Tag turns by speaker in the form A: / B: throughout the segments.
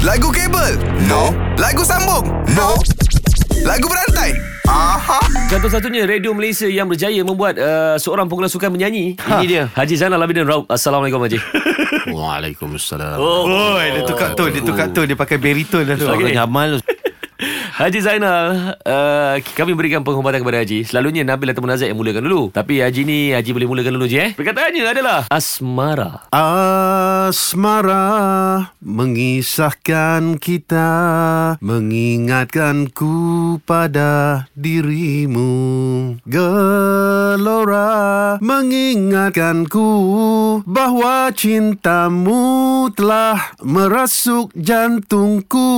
A: Lagu kabel? No. Lagu sambung? No. Lagu berantai? Aha.
B: Contoh satunya Radio Malaysia yang berjaya membuat uh, seorang pengguna sukan menyanyi.
C: Ha. Ini dia.
B: Haji Zainal Abidin Raub. Assalamualaikum Haji.
C: Waalaikumsalam.
B: Oh.
D: Oh, dia tukar tu, dia tukar tu, dia pakai baritone dah tu.
C: Suara
B: Okey.
C: nyaman lu.
B: Haji Zainal, uh, kami berikan penghormatan kepada Haji. Selalunya Nabil atau Nazir yang mulakan dulu. Tapi Haji ni Haji boleh mulakan dulu je eh. Perkataannya adalah asmara.
D: Asmara mengisahkan kita Mengingatkanku pada dirimu Gelora mengingatkanku Bahwa cintamu telah merasuk jantungku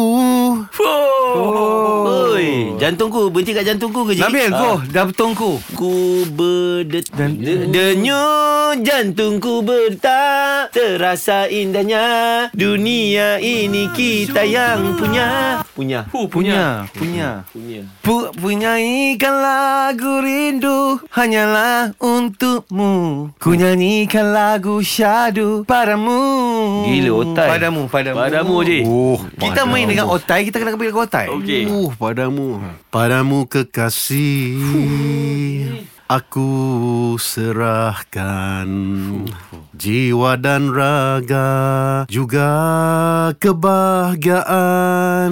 C: Oh. Oi, jantungku berhenti kat jantungku ke je?
D: Nabil, go. oh, Dah betongku.
C: Ku berdet de- Denyut jantungku bertak Terasa indahnya Dunia ini kita yang punya Punya
B: Oh,
D: Punya, punya.
B: Punya.
D: Pu punyanyikan lagu rindu hanyalah untukmu. Ku nyanyikan lagu syadu padamu.
C: Gila, otai.
D: Padamu, padamu.
B: Padamu, Haji.
D: Oh, kita main dengan otai, kita kena pergi dengan otai.
B: Okey.
D: Uh, padamu. Padamu kekasih. Aku serahkan jiwa dan raga juga kebahagiaan.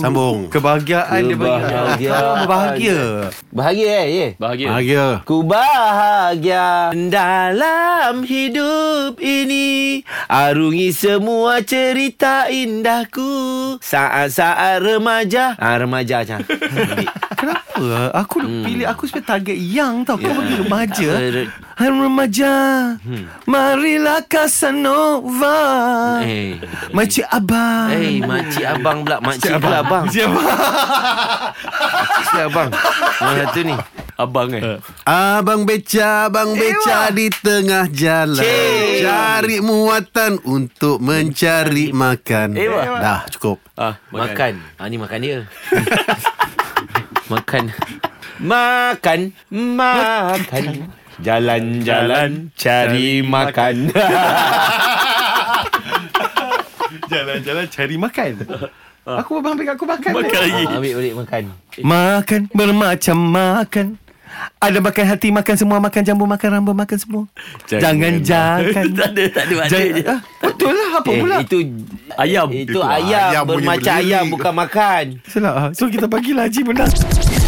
D: Sambung. Kebahagiaan,
C: Kebahagiaan.
D: Bahagia.
C: Bahagia eh yeah.
B: Bahagia.
D: Bahagia.
C: Ku bahagia dalam hidup ini Arungi semua cerita indahku Saat-saat remaja ah, Remaja macam
D: Kenapa? Aku hmm. pilih aku sebagai target young tau. Kau pergi remaja.
C: Tak ada-
D: Hai remaja. Marilah Casanova.
C: Eh,
D: Makcik abang.
C: eh makcik abang pula Makcik pula abang Makcik abang Mana satu ni
B: Abang eh.
D: Abang beca, abang beca di tengah jalan. Cik. Cari muatan untuk mencari makan.
B: Ewa.
D: Dah, cukup.
B: Ah, makan.
C: Makan Ha ni makan dia Makan Makan Makan Jalan-jalan Cari makan
D: Jalan-jalan cari makan. Aku abang ambil aku makan.
C: Ah, Ambil balik makan
D: Makan bermacam makan. Ada makan hati, makan semua, makan jambu, makan rambut, makan semua. Jangan jangan.
B: tak ada, tak ada makna
D: Jangan.
B: je.
D: Ah, betul lah apa
C: Eh,
D: pula?
C: itu
B: Ayam.
C: Itu, ayam,
D: ayam
C: ayam
D: punya
C: bermacam
D: belirik.
C: ayam bukan makan.
D: Salah. So kita bagilah Haji menang.